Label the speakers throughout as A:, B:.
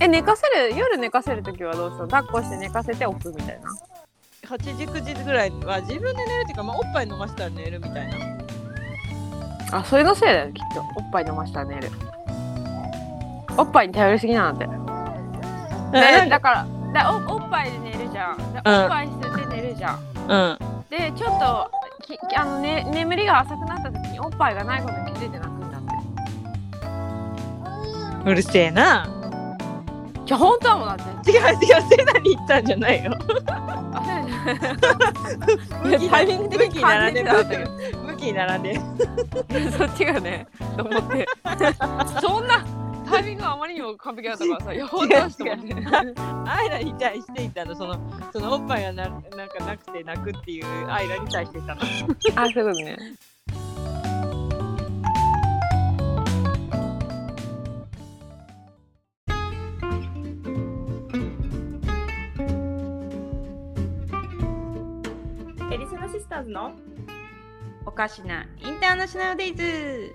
A: え寝かせる夜寝かせる時はどうしたの抱っこして寝かせておくみたいな
B: 8時9時ぐらいは自分で寝るっていうか、まあ、おっぱい飲ませたら寝るみたいな
A: あそれのせいだよきっとおっぱい飲ましたら寝るおっぱいに頼りすぎなんだってね、だからだおおっぱいで寝るじゃんでおっぱい捨てて寝るじゃん、
B: うん
A: でちょっとききあの、ね、眠りが浅くなった時におっぱいがないことに気づいて泣くんだって
B: うるせえな
A: じゃ本当はもうだって
B: 違う違うセナに行ったんじゃないよ
A: タイミング的に
B: 並んで
A: 感じて
B: 武器並んで
A: そっちがねと思って そんなタイミングがあまりにも完璧だったからさいや本当はしと思って
B: アイラに対していたのそのそのおっぱいがななんかなくて泣くっていうアイラに対していたの
A: あそうですね
C: エリセナシスターズの
B: おかしなインターナショナルデイズ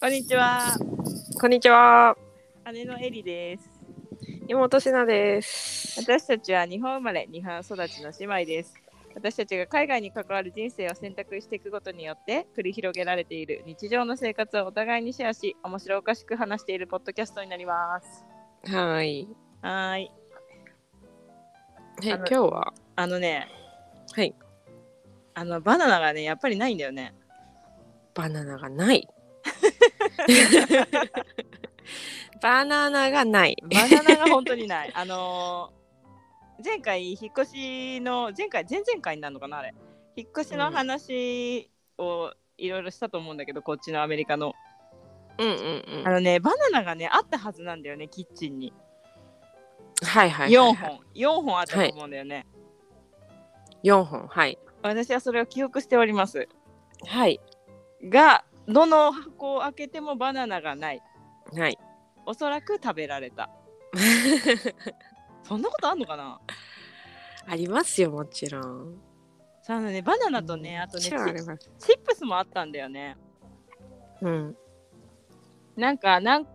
B: こんにちは
A: こんにちは
B: 姉のエリです
A: 妹しなです
B: 私たちは日本生まれ日本育ちの姉妹です私たちが海外に関わる人生を選択していくことによって繰り広げられている日常の生活をお互いにシェアし面白おかしく話しているポッドキャストになります
A: はい
B: はーい
A: え
B: あの
A: 今日は
B: あのね
A: はい
B: あのバナナがねやっぱりないんだよ ね
A: バナナがないバナナがない
B: バナナが本当にないあのー前回引っ越しの前回前々回になるのかなあれ引っ越しの話をいろいろしたと思うんだけど、こっちのアメリカの
A: うんうんうん
B: あのねバナナがねあったはずなんだよねキッチンに
A: はいはいはい、はい、
B: 4本4本あったと思うんだよね、
A: 4本はい
B: 私はそれを記憶しております
A: はい
B: がどの箱を開けてもバナナがない
A: ない
B: おそらく食べられたそんなことあんのかな
A: ありますよもちろん
B: そうあのねバナナとねあと
A: も
B: ね
A: ち
B: チ
A: ろんあります
B: チップスもあったんだよね
A: うん
B: なんかなん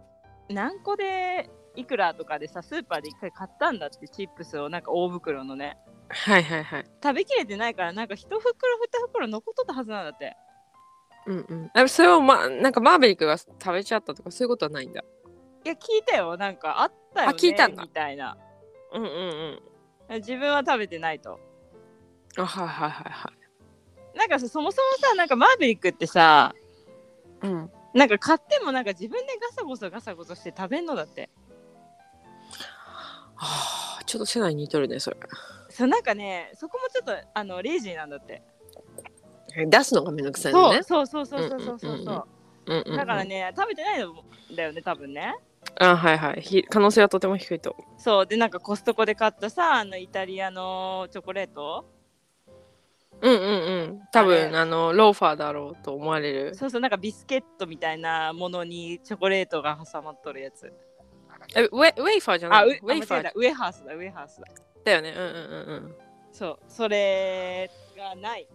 B: 何個でいくらとかでさスーパーで一回買ったんだってチップスをなんか大袋のね
A: はいはいはい
B: 食べきれてないからなんか一袋二袋残っとったはずなんだって
A: うんうんあそれをまなんかマーベリックが食べちゃったとかそういうことはないんだ
B: いや聞いたよなんかあったよ、ね、
A: あ聞いたんだ
B: みたいな
A: うんうんうん
B: 自分は食べてないと
A: あはいはいはいは
B: なんかさそもそもさなんかマーヴェリックってさ
A: いうん
B: なんか買ってもなんか自分でガサゴソガサゴソして食べんのだって
A: はあちょっと世代に似とるねそれ
B: そうなんかねそこもちょっとあのレイジーなんだって
A: 出すのがめんどくさいの
B: そう
A: ね
B: そうそうそうそうそうそ
A: う
B: う,、
A: んうんうんうんうんうん
B: だからね食べてないのだよね多分ね
A: あはいはいひ可能性はとても低いと
B: そうでなんかコストコで買ったさあのイタリアのチョコレート
A: うんうんうん多
B: あ
A: 分
B: れ
A: あのローファーだろうと思われる
B: そうそうなんかビスケットみたいなものにチョコレートが挟まっとるやつ
A: えウェウェイファーじゃな
B: あウ
A: い
B: ェ
A: ウェイ
B: イ
A: フ
B: フ
A: ァ
B: ァ
A: ー
B: ーだウェハースだウェハースだ
A: だよねうんうん
B: そう、それがない。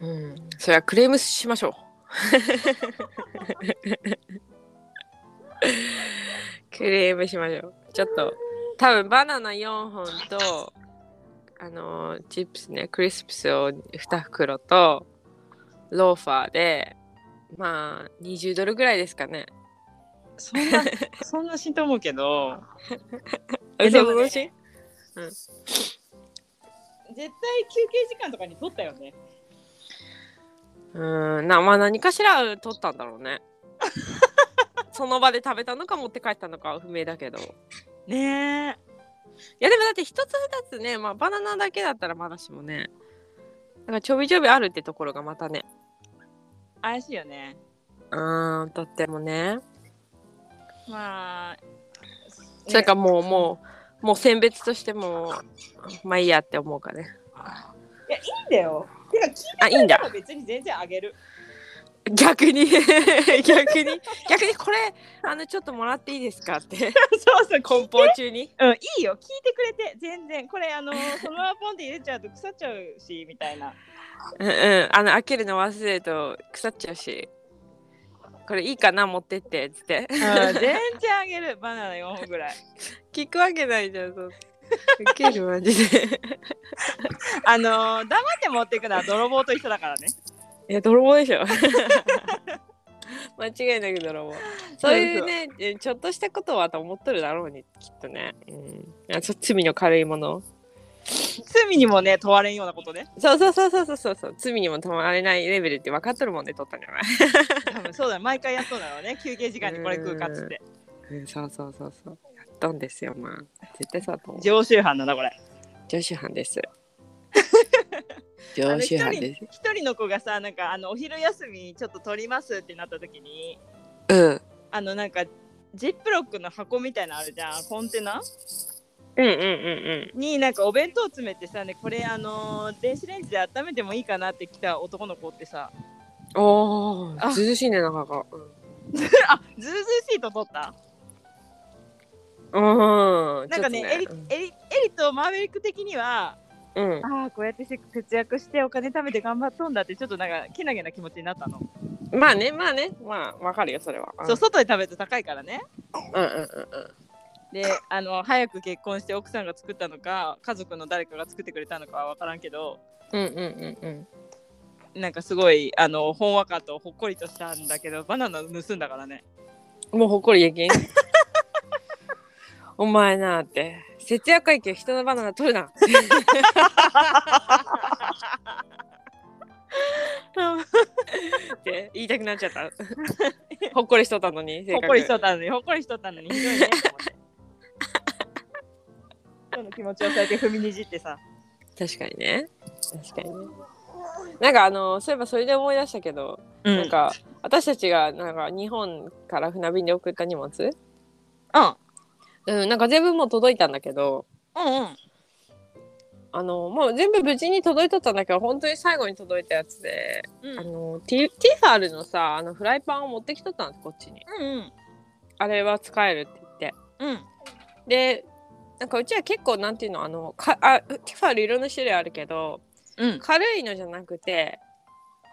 A: うんうんうんそれはクレームしまし ょうクレームしましょうちょっと多分バナナ4本とあのーチップスねクリスプスを2袋とローファーでまあ20ドルぐらいですかね
B: そんな、そんなしんと思うけど、
A: え
B: え
A: で
B: で
A: も
B: もね
A: ね
B: 絶対休憩時間とかに取ったよね。
A: うんなまあ何かしら取ったんだろう ねその場で食べたのか持って帰ったのかは不明だけどい
B: ね
A: やでもだって一つ二つね、まあ、バナナだけだったらまだしもねだからちょびちょびあるってところがまたね
B: え、怪しいよね。
A: うんとってもね
B: まあ、
A: それかもうもうもう選別としてもまあいいやって思うかね
B: いや、いいんだよ。てか、聞い
A: あいいんだ
B: たら別に全然あげる。
A: 逆に 逆に逆にこれあのちょっともらっていいですかって
B: そうそう、こん
A: 梱包中に
B: うん、いいよ。聞いてくれて、全然。これ、あ の、そのままポンって入れちゃうと腐っちゃうし、 みたいな。
A: うんうんあの開けるの忘れると腐っちゃうしこれいいかな持ってってっつって
B: 全然あげるバナナ4本ぐらい
A: 聞くわけないじゃん そんなウケるマジで
B: あのー、黙って持っていくのは泥棒と一緒だからね
A: いや泥棒でしょ 間違いなく泥棒そういうねえちょっとしたことはと思っとるだろうにきっとね、うん、あちょ罪の軽いもの
B: 罪にもね問われんようなことね
A: そうそうそうそうそうそうそう罪にも止まれないレベルって分かっとるもんで取ったんじゃない
B: 多分そうだよ毎回やっとうだろうね休憩時間にこれ食うかっつって
A: うんそうそうそうそうやったんですよまあ絶対そうだと思う
B: 常習犯なんだこれ
A: 常習犯です
B: あ
A: 常
B: の一
A: 習犯
B: 人
A: です
B: 一人の子がさなんかあのお昼休みちょっと取りますってなった時に
A: うん
B: あのなんかジップロックの箱みたいなのあるじゃんコンテナ
A: うんうんうん
B: になんかお弁当詰めてさ、ね、これあのー電子レンジで温めてもいいかなって来た男の子ってさ
A: うんお
B: あ
A: ーずうずうしいねなかなか
B: あずうずうしいと取った
A: うんう
B: なんかねエリ
A: ちょっと
B: エリエリとマーヴェリック的には
A: うん
B: ああこうやってせ節約してお金貯めて頑張っとんだってちょっとなんかけなげな気持ちになったの、
A: まあねまあねまあわかるよそれは
B: そう外で食べると高いからね
A: うんうんうんうん
B: であの早く結婚して奥さんが作ったのか家族の誰かが作ってくれたのかは分からんけど
A: うんうんうんうん
B: なんかすごいあのほんわかとほっこりとしたんだけどバナナ盗んだからね
A: もうほっこりできん お前なあって節約会計人のバナナ取るなって言いたくなっちゃったほっこりしとったのに
B: ほっこりしとったのにほっこりしとったのにひどいねと思って 人の気持ちをそうやって踏みにじってさ
A: 確かにね確かにねなんかあのそういえばそれで思い出したけど、
B: な
A: なんか私たちがなんか日本から船便で送った荷物、
B: うん
A: うん、なんか全部もう届いたんだけど
B: うんうん
A: あのもう全部無事に届いとったんだけど本当に最後に届いたやつで、
B: うん
A: あのティティファールのさあのフライパンを持ってきとったんですこっちに
B: うん
A: あれは使えるって言って
B: うん
A: でなんかうちは結構なんていうのあのかあティファールいろんな種類あるけど
B: うん
A: 軽いのじゃなくて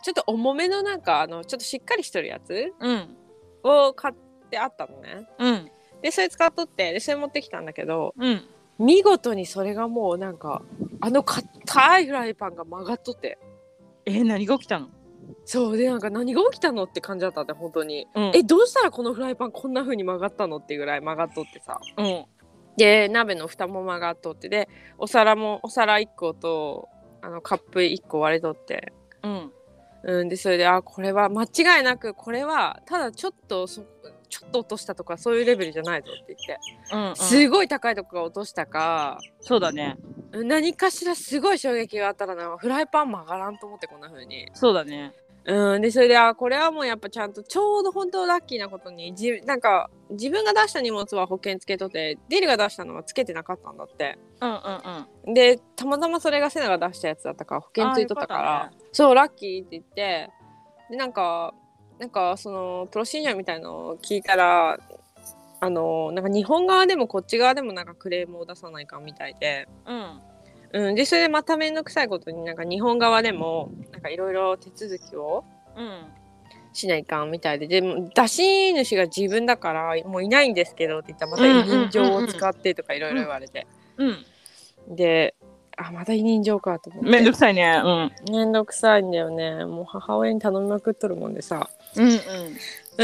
A: ちょっと重めのなんかあのちょっとしっかりしてるやつ
B: うん
A: を買ってあったのね
B: うん
A: でそれ使っとってでそれ持ってきたんだけど
B: うん
A: 見事にそれがもうなんかあの硬いフライパンが曲がっとって
B: えー何が起きたの
A: そうでなんか何が起きたのって感じだったって本当に、
B: うん
A: えどうしたらこのフライパンこんな風に曲がったのっていうぐらい曲がっとってさ
B: うん
A: で鍋の蓋も曲がっとってでお皿もお皿1個とあのカップ1個割れとって
B: うん
A: うんでそれであこれは間違いなくこれはただちょっとそちょっと落としたとかそういうレベルじゃないぞって言って、
B: うん
A: すごい高いとこが落としたか
B: そうだね
A: 何かしらすごい衝撃があったらなフライパン曲がらんと思ってこんな風に
B: そうだね
A: うん、でそれであこれはもうやっぱちゃんとちょうど本当ラッキーなことにじなんか自分が出した荷物は保険つけとってデルが出したのはつけてなかったんだって
B: うんうんうん
A: でたまたまそれがセナが出したやつだったから保険ついとったからそうラッキーって言ってでなんかなんかそのプロシージャーみたいのを聞いたらあのなんか日本側でもこっち側でもなんかクレームを出さないかんみたいで。
B: うん
A: うん、でそれでまた面倒くさいことになんか日本側でもなんかいろいろ手続きを
B: うん
A: しないかんみたいででも出し主が自分だからもういないんですけどって言ったらまた委任状を使ってとかいろいろ言われて、
B: うん
A: であまた委任状かと思って
B: めんどくさいねうん
A: 面倒くさいんだよねもう母親に頼みまくっとるもんでさ、
B: うんうん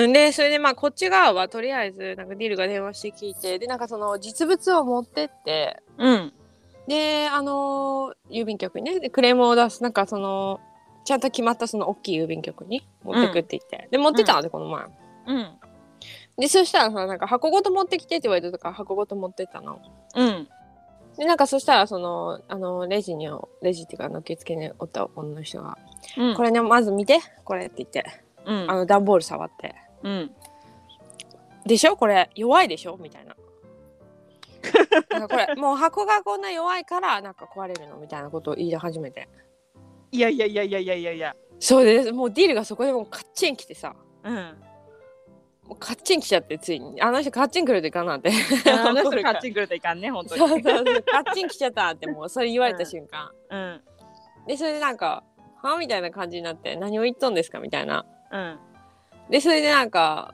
A: うん、でそれでまあこっち側はとりあえずなんかディールが電話して聞いてでなんかその実物を持ってって
B: うん
A: であのー郵便局にねでクレームを出すなんかそのちゃんと決まったその大きい郵便局に持ってくって言って、で持ってたので、この前
B: うん
A: でそしたらさなんか箱ごと持ってきてって言われたとから箱ごと持ってったの
B: うん
A: でなんかそしたらそのあのレジにレジっていうかあの受付におった女の人が
B: う
A: 「
B: ん
A: これねまず見てこれ」って言って
B: うん
A: あの段ボール触って
B: うん
A: 「でしょこれ弱いでしょ?」みたい な。なんかこれもう箱がこんな弱いからなんか壊れるのみたいなことを言い始めて
B: いやいやいやいやいやいやいや
A: そうですもうディールがそこでもうカッチン来てさ
B: うん
A: もうカッチン来ちゃってついにあの人カッチン来るといかんなって
B: あの 人カッチンくるといかんね本
A: そ
B: 当
A: うそうそう
B: に
A: カッチン来ちゃったってもうそれ言われた瞬間、
B: うん
A: でそれでなんか「はみたいな感じになって「何を言っとんですか?」みたいな
B: うん
A: でそれでなんか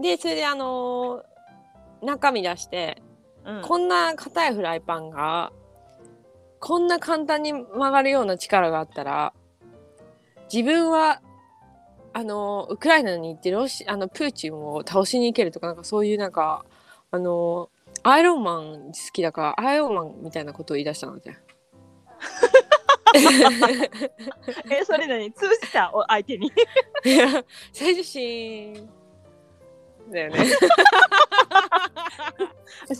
A: でそれであのー中身出して
B: うん
A: こんな硬いフライパンがこんな簡単に曲がるような力があったら自分はあのウクライナに行ってロシあのプーチンを倒しに行けるとかなんかそういうなんかあのアイロンマン好きだからアイロンマンみたいなことを言い出したのじゃん。
B: え、それなに通じたお相手に。
A: いや 最初シーンだよね。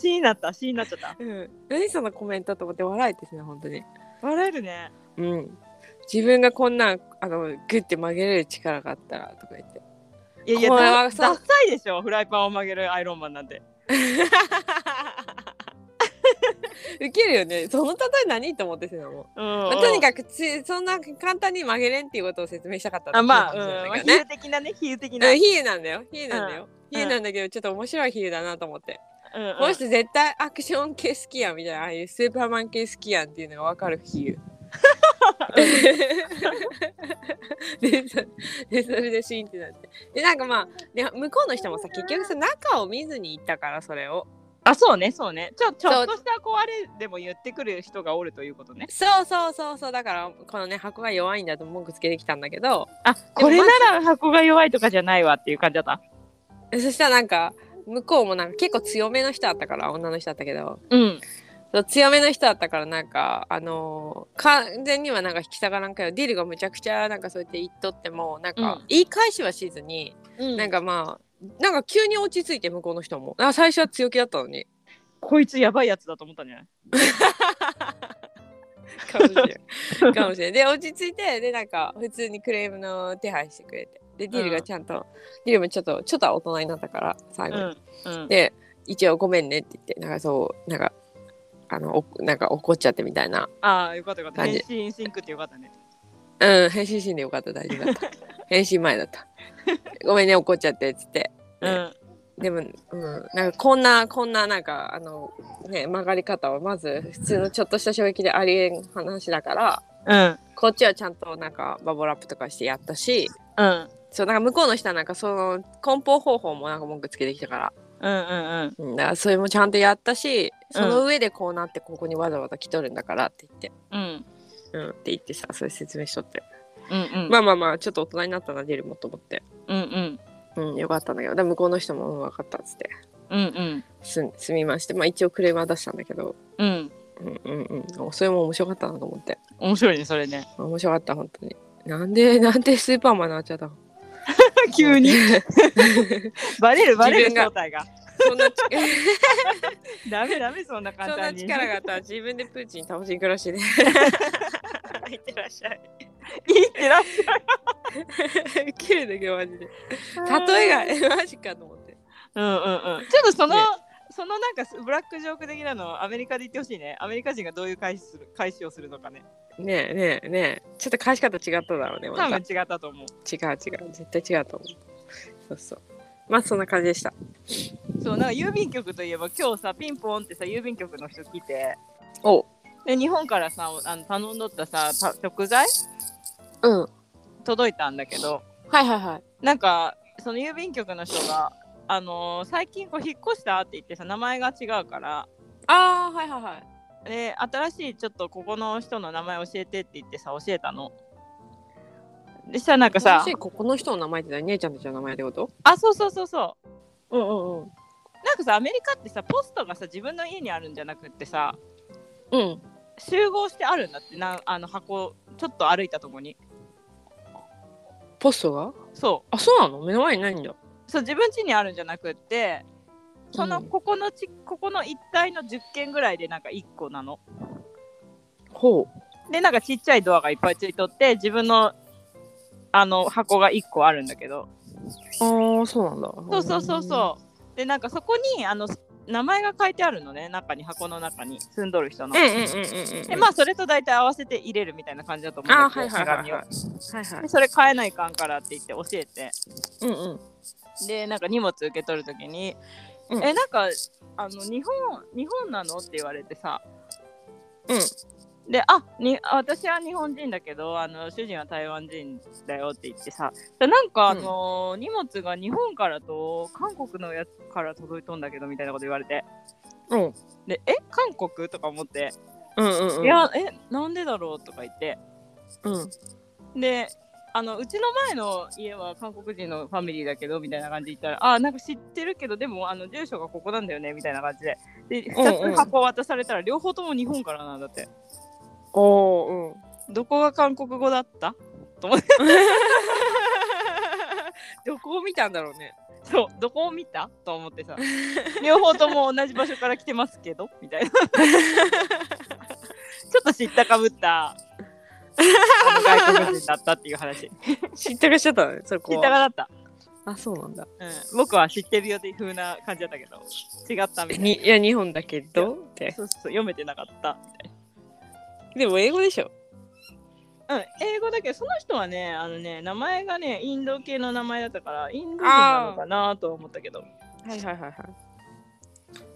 B: 死になった、死になっちゃった。
A: うん、何そのコメントと思って笑えてすね本当に。
B: 笑えるね。
A: うん、自分がこんなんあのグッて曲げれる力があったらとか言って
B: いやいや、
A: これは
B: だ
A: さ
B: ダサいでしょ、フライパンを曲げるアイロンマンなんて。
A: ウケるよねその例え何と思ってすのも
B: うん
A: う、まあ、とにかくつそんな簡単に曲げれんっていうことを説明したかった
B: あまあ、
A: う
B: うんん、まあ比
A: ね
B: 喩的なね、比喩的な。
A: う
B: うんん
A: 比喩なんだよ比喩なんだよ、
B: うん
A: 比喩なんだけどちょっと面白い比喩だなと思って、
B: うん
A: この人絶対アクション系好きやんみたいなああいうスーパーマン系好きやんっていうのが分かる 比喩でそでそれでシーンってなってでなんかまあで向こうの人もさ結局さ中を見ずに行ったからそれを
B: あ、そうね、そうね。ちょ、ち
A: そ
B: ょ
A: う
B: っとしたこうあれでも言ってくる人がおるということね。
A: そうそうそうそうだからこのね箱が弱いんだと文句つけてきたんだけど
B: あ、これなら箱が弱いとかじゃないわっていう感じだった。
A: そしたらなんか向こうもなんか結構強めの人だったから女の人だったけど
B: うん。
A: そう強めの人だったからなんかあのー完全にはなんか引き下がらんかよディルがむちゃくちゃなんかそうやって言っとってもなんか
B: うん
A: 言い返しはしずに、なんかまあなんか急に落ち着いて向こうの人もあ最初は強気だったのに
B: こいつやばいやつだと思ったんじゃない
A: かもしれ んかもしれんで落ち着いてでなんか普通にクレームの手配してくれてでディルがちゃんと、ディルもちょっとちょっとは大人になったから最後に、
B: うん。うん。
A: で一応ごめんねって言ってなんかそうなんかあのおなんか怒っちゃってみたいな
B: ああ、よかったよかった。
A: 感じ
B: 変身シンクってよかったね。
A: うん、返信しんでよかった、大丈夫だった。 返信前だった。ごめんね、怒っちゃって、つって。
B: うん。
A: でも、うん、なんかこんな、こんな、なんか、あの、ね、曲がり方は、まず、普通のちょっとした衝撃でありえん話だから、
B: うん。
A: こっちはちゃんと、なんか、バボラップとかしてやったし、
B: うん。
A: そう、なんか、向こうの人は、なんか、その、梱包方法も、なんか、文句つけてきたから、
B: うんうんうん。
A: うん、だから、それもちゃんとやったし、その上でこうなって、ここにわざわざ来とるんだからって言って、
B: うん。
A: うん、って言ってさ、それ説明しとって。
B: うんうん。
A: まあまあまあ、ちょっと大人になったな、出るもと思って。
B: うんうん。
A: うん、よかったんだけど、で向こうの人も、うん、分かったっつって、
B: うんうん。
A: す、すみまして、まあ一応クレームは出したんだけど、
B: うん。
A: うんうんうん、それも面白かったなと思って、
B: 面白いね、それね。
A: 面白かった、本当に。なんで、なんでスーパーマンになっちゃったの
B: 急 に。バレるバレる
A: 自分が
B: 正体が。
A: そんなち、
B: ダメダメ、そんな簡
A: そんな
B: 単に。
A: 力があったら自分でプーチン倒しに行くらし いね。
B: いってらっしゃい。いってらっし
A: ウケるんだけど、マジで。
B: ゃい。
A: 例えが、 マジかと思って。
B: うんうんうん。ちょっとその、
A: ね
B: そのなんかブラックジョーク的なのをアメリカで言ってほしいね。アメリカ人がどういう返しする返しをするのかね。
A: ねえねえねえ、ちょっと返し方違っただろうね、また。
B: 多分
A: 違う
B: 違ったと思う。
A: 違う、絶対違うと思う。そうそう。まあそんな感じでした。
B: そうなんか郵便局といえば今日さピンポンってさ郵便局の人来て
A: お
B: で日本からさあの頼んどったさた食材
A: うん。はい
B: 届いたんだけど
A: はいはい。
B: なんかその郵便局の人が、あのー最近こう引っ越したって言ってさ名前が違うから
A: ああ、はいはいはい。
B: で新しいちょっとここの人の名前教えてって言ってさ教えたの。でしたらなんかさ
A: もしここの人の名前って何姉ちゃんたちの名前ってこと
B: あそうそうそうそ
A: う
B: う
A: んうんうん
B: なんかさアメリカってさポストがさ自分の家にあるんじゃなくってさ
A: うん
B: 集合してあるんだってなんあの箱ちょっと歩いたとこに
A: ポストが
B: そ
A: あそうなの目の前にないんだ
B: うそう自分家にあるんじゃなくってその
A: うん
B: ここのち、ここの一帯の10軒ぐらいでなんか1個なの
A: ほう
B: でなんかちっちゃいドアがいっぱいついとって自分のあの箱が1個あるんだけど
A: ああそうなんだ
B: そうそうそうそうでなんかそこにあの名前が書いてあるのね中に箱の中に住んどる人の
A: うんうんうんうん
B: で
A: うん
B: まあそれと大体合わせて入れるみたいな感じだと思うん
A: あ
B: だ
A: あ
B: けど
A: はいはいはい
B: を
A: はいはいは
B: で
A: い
B: それ買えないかんからって言って教えて
A: うんうん
B: でなんか荷物受け取る時に「
A: うん
B: えなんかあの日本日本なの?」って言われてさ、
A: うん
B: であにあ私は日本人だけどあの主人は台湾人だよって言ってさでなんかあの、荷物が日本からと韓国のやつから届いとんだけどみたいなこと言われて
A: うん
B: でえ韓国とか思って、
A: うんうんうん
B: いやえなんでだろうとか言って
A: うん
B: であのうちの前の家は韓国人のファミリーだけどみたいな感じで言ったらあなんか知ってるけどでもあの住所がここなんだよねみたいな感じでで
A: うんうん
B: 2つ箱渡されたら両方とも日本からなんだって
A: おーうん
B: どこが韓国語だったと思って
A: どこを見たんだろうね
B: そうどこを見たと 思ってさ両方とも同じ場所から来てますけどみたいな ちょっと知ったかぶったあの外国人だったっていう話知
A: 知
B: っ
A: ったかしちゃったねそこ
B: たか
A: は
B: だった、
A: あそうなんだ
B: うん、僕は知ってるよっていう風な感じだったけど違ったみたいな
A: にいや日本だけどって
B: そうそうそう読めてなかったみたい
A: でも英語でしょ
B: なうん英語だけどその人はねあのね名前がねインド系の名前だったからインド人なのかなとは思ったけど
A: はいはいはいはい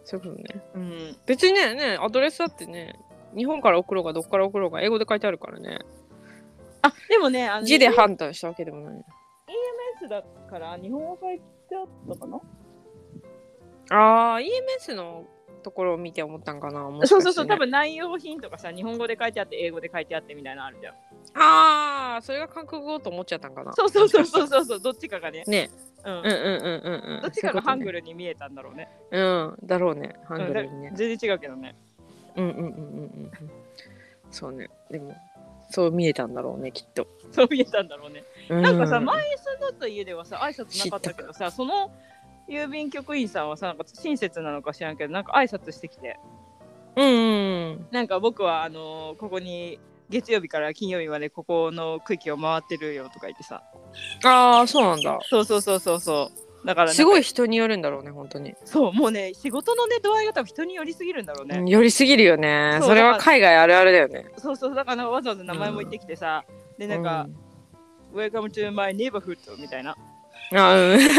A: そういうことね
B: うん
A: 別にねねアドレスだってね日本から送ろうがどっから送ろうが英語で書いてあるからね
B: あでもねあの
A: 字で判断したわけでもない
B: EMS だから日本語書いてあったかな
A: あー EMS のところを見て思ったんかなもしか
B: そう
A: して
B: そ
A: ね
B: うそう、多分内容品とかさ、日本語で書いてあって、英語で書いてあってみたいなのあるじゃん。
A: ああそれが韓国語と思っちゃったんかな
B: そうそうそうそうそうそう、どっちかがね。
A: ね
B: うん。
A: うんうんうんうんうん
B: どっちかがハング
A: ル
B: ルに見えたんだろうね。
A: うんだろうねハングルにね
B: うん全然違うけどね。
A: うんうんうんうんうんそうねでもそう見えたんだろうねきっと
B: そう見えたんだろうね。
A: な
B: なんかさ、前住んどった家ではさ、挨拶なかったけどさ、その郵便局員さんはさ、なんか親切なのか知らんけど、なんか挨拶してきて、
A: うんうん
B: なんか僕は、あのーここに月曜日から金曜日までここの区域を回ってるよとか言ってさ、
A: ああそうなんだ
B: そうそうそうそうそう。だからなんか
A: すごい人によるんだろうね本当に
B: そうもうね仕事のね度合いが多分人によりすぎるんだろうね、
A: うん寄りすぎるよね
B: そう
A: それは
B: だか
A: 海外あるあるだよね
B: そうそうだからなんかわざわざ名前も言ってきてさ、でなんか、Welcome to my neighborhood」みたいな
A: うんあうん
B: じで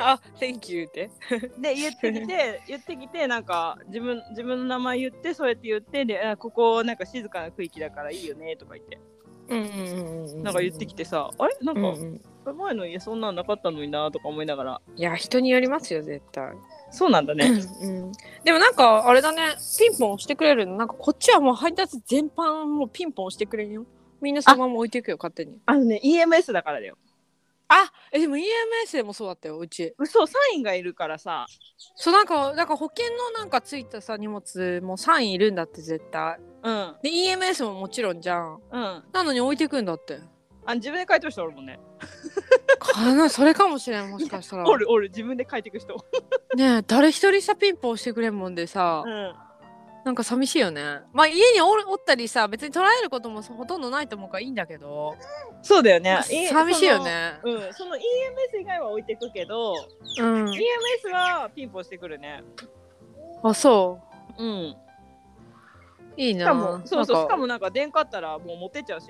A: あ Thank you って
B: で言って きて言ってきてなんか自分自分の名前言ってそうやって言ってであここなんか静かな区域だからいいよねとか言って
A: うんうんうん
B: なんか言ってきてさ、あれなん
A: うん
B: か、
A: うん
B: 前の家そんなんなかったのになとか思いながら
A: いや人によりますよ絶対
B: そうなんだね
A: うんでもなんかあれだねピンポン押してくれるのなんかこっちはもう配達全般もうピンポン押してくれるよみんなそのまま置いていくよ勝手に
B: あのね EMS だからだよ
A: あえでも EMS でもそうだったようち
B: 嘘サインがいるからさ
A: そうなんかなんか保険のなんかついたさ荷物もサインいるんだって絶対
B: うん
A: で EMS ももちろんじゃん
B: うん
A: なのに置いていくんだって
B: あ自分で書いてる人おるもんね
A: かなそれかもしれんもしかしたら
B: おるおる自分で書いてく人
A: ねえ誰一人さピンポン押してくれんもんでさ、
B: ん
A: なんか寂しいよねまあ家におるおったりさ別に捉えることもほとんどないと思うからいいんだけど
B: そうだよね
A: なんか。寂しいよ。ね
B: うん、その EMS 以外は置いてくけど、
A: うん、
B: EMS はピンポンしてくるね。
A: あそ
B: うん。
A: ういい
B: し
A: な
B: かも、そうそう、
A: なん
B: しかもなんか電化あったらもう持ってっちゃうし。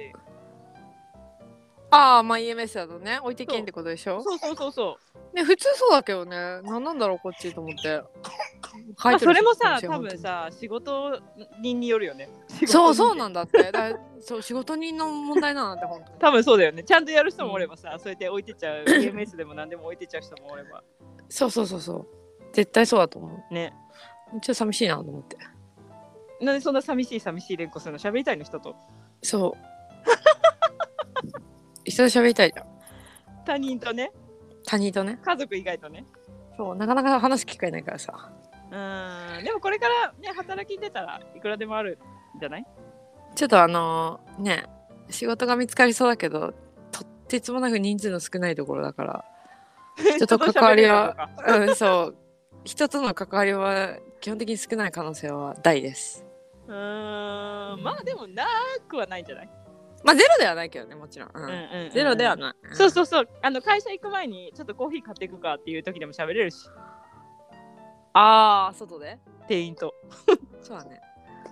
A: ああまあ EMS だとね置いてけんってことでしょ
B: そうそうそうそ
A: ね普通そうだけどね何なんだろうこっちと思って
B: う。ま
A: 入
B: あ、
A: って
B: そ
A: る
B: れ
A: 人
B: もさ、
A: いるか
B: 多
A: もしれ
B: 分
A: ん
B: さ、仕事人によるよね。
A: そうそう
B: の。
A: なんだってだからそう仕事人の問題だなんて本当に
B: 多分そうだよね。ちゃんとやる人もおればさ、そうやって置いてっち ゃう EMS でも何でも置いてっちゃう人もおれば。
A: そうそうそうそう絶対そうだと思う
B: ね。
A: めっちゃ寂しいなと思って
B: なんでそんな寂しい寂しい連呼するの喋りたいの人と。
A: そう一緒に喋りたいじゃん
B: 他人とね、
A: 他人とね
B: 家族以外とね。
A: そうなかなか話す機会ないからさ
B: うん。でもこれからね、働きに出たらいくらでもあるんじゃない
A: ちょっとあのーね仕事が見つかりそうだけどとってつもなく人数の少ないところだから人と関わり はうんそう 人との関わりは基本的に少ない可能性は大です
B: うーんまあでもなくはないんじゃない、
A: まあゼロではないけどねもちろん、うん
B: うんうん
A: ゼロではない、
B: そう
A: う
B: そうそうあの会社行く前にちょっとコーヒー買っていくかっていう時でも喋れるし
A: んああ外で
B: 店員と
A: そうだね。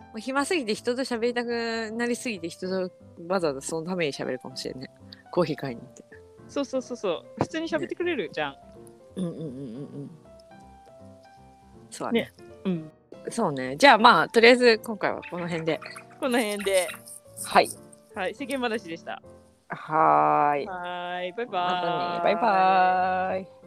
A: もう暇すぎて人と喋りたくなりすぎて人とわざわざそのために喋るかもしれない。コーヒー買いに行って。
B: そうそうそうそう普通に喋ってくれるじゃん、
A: うんうんうんうんうん。そうだね
B: ねうん、
A: そうね。じゃあまあとりあえず今回はこの辺で。
B: この辺で、
A: はい。
B: はい、世間話でした。
A: はーい。
B: はーい、バイバーイ。
A: またね。バイバーイ。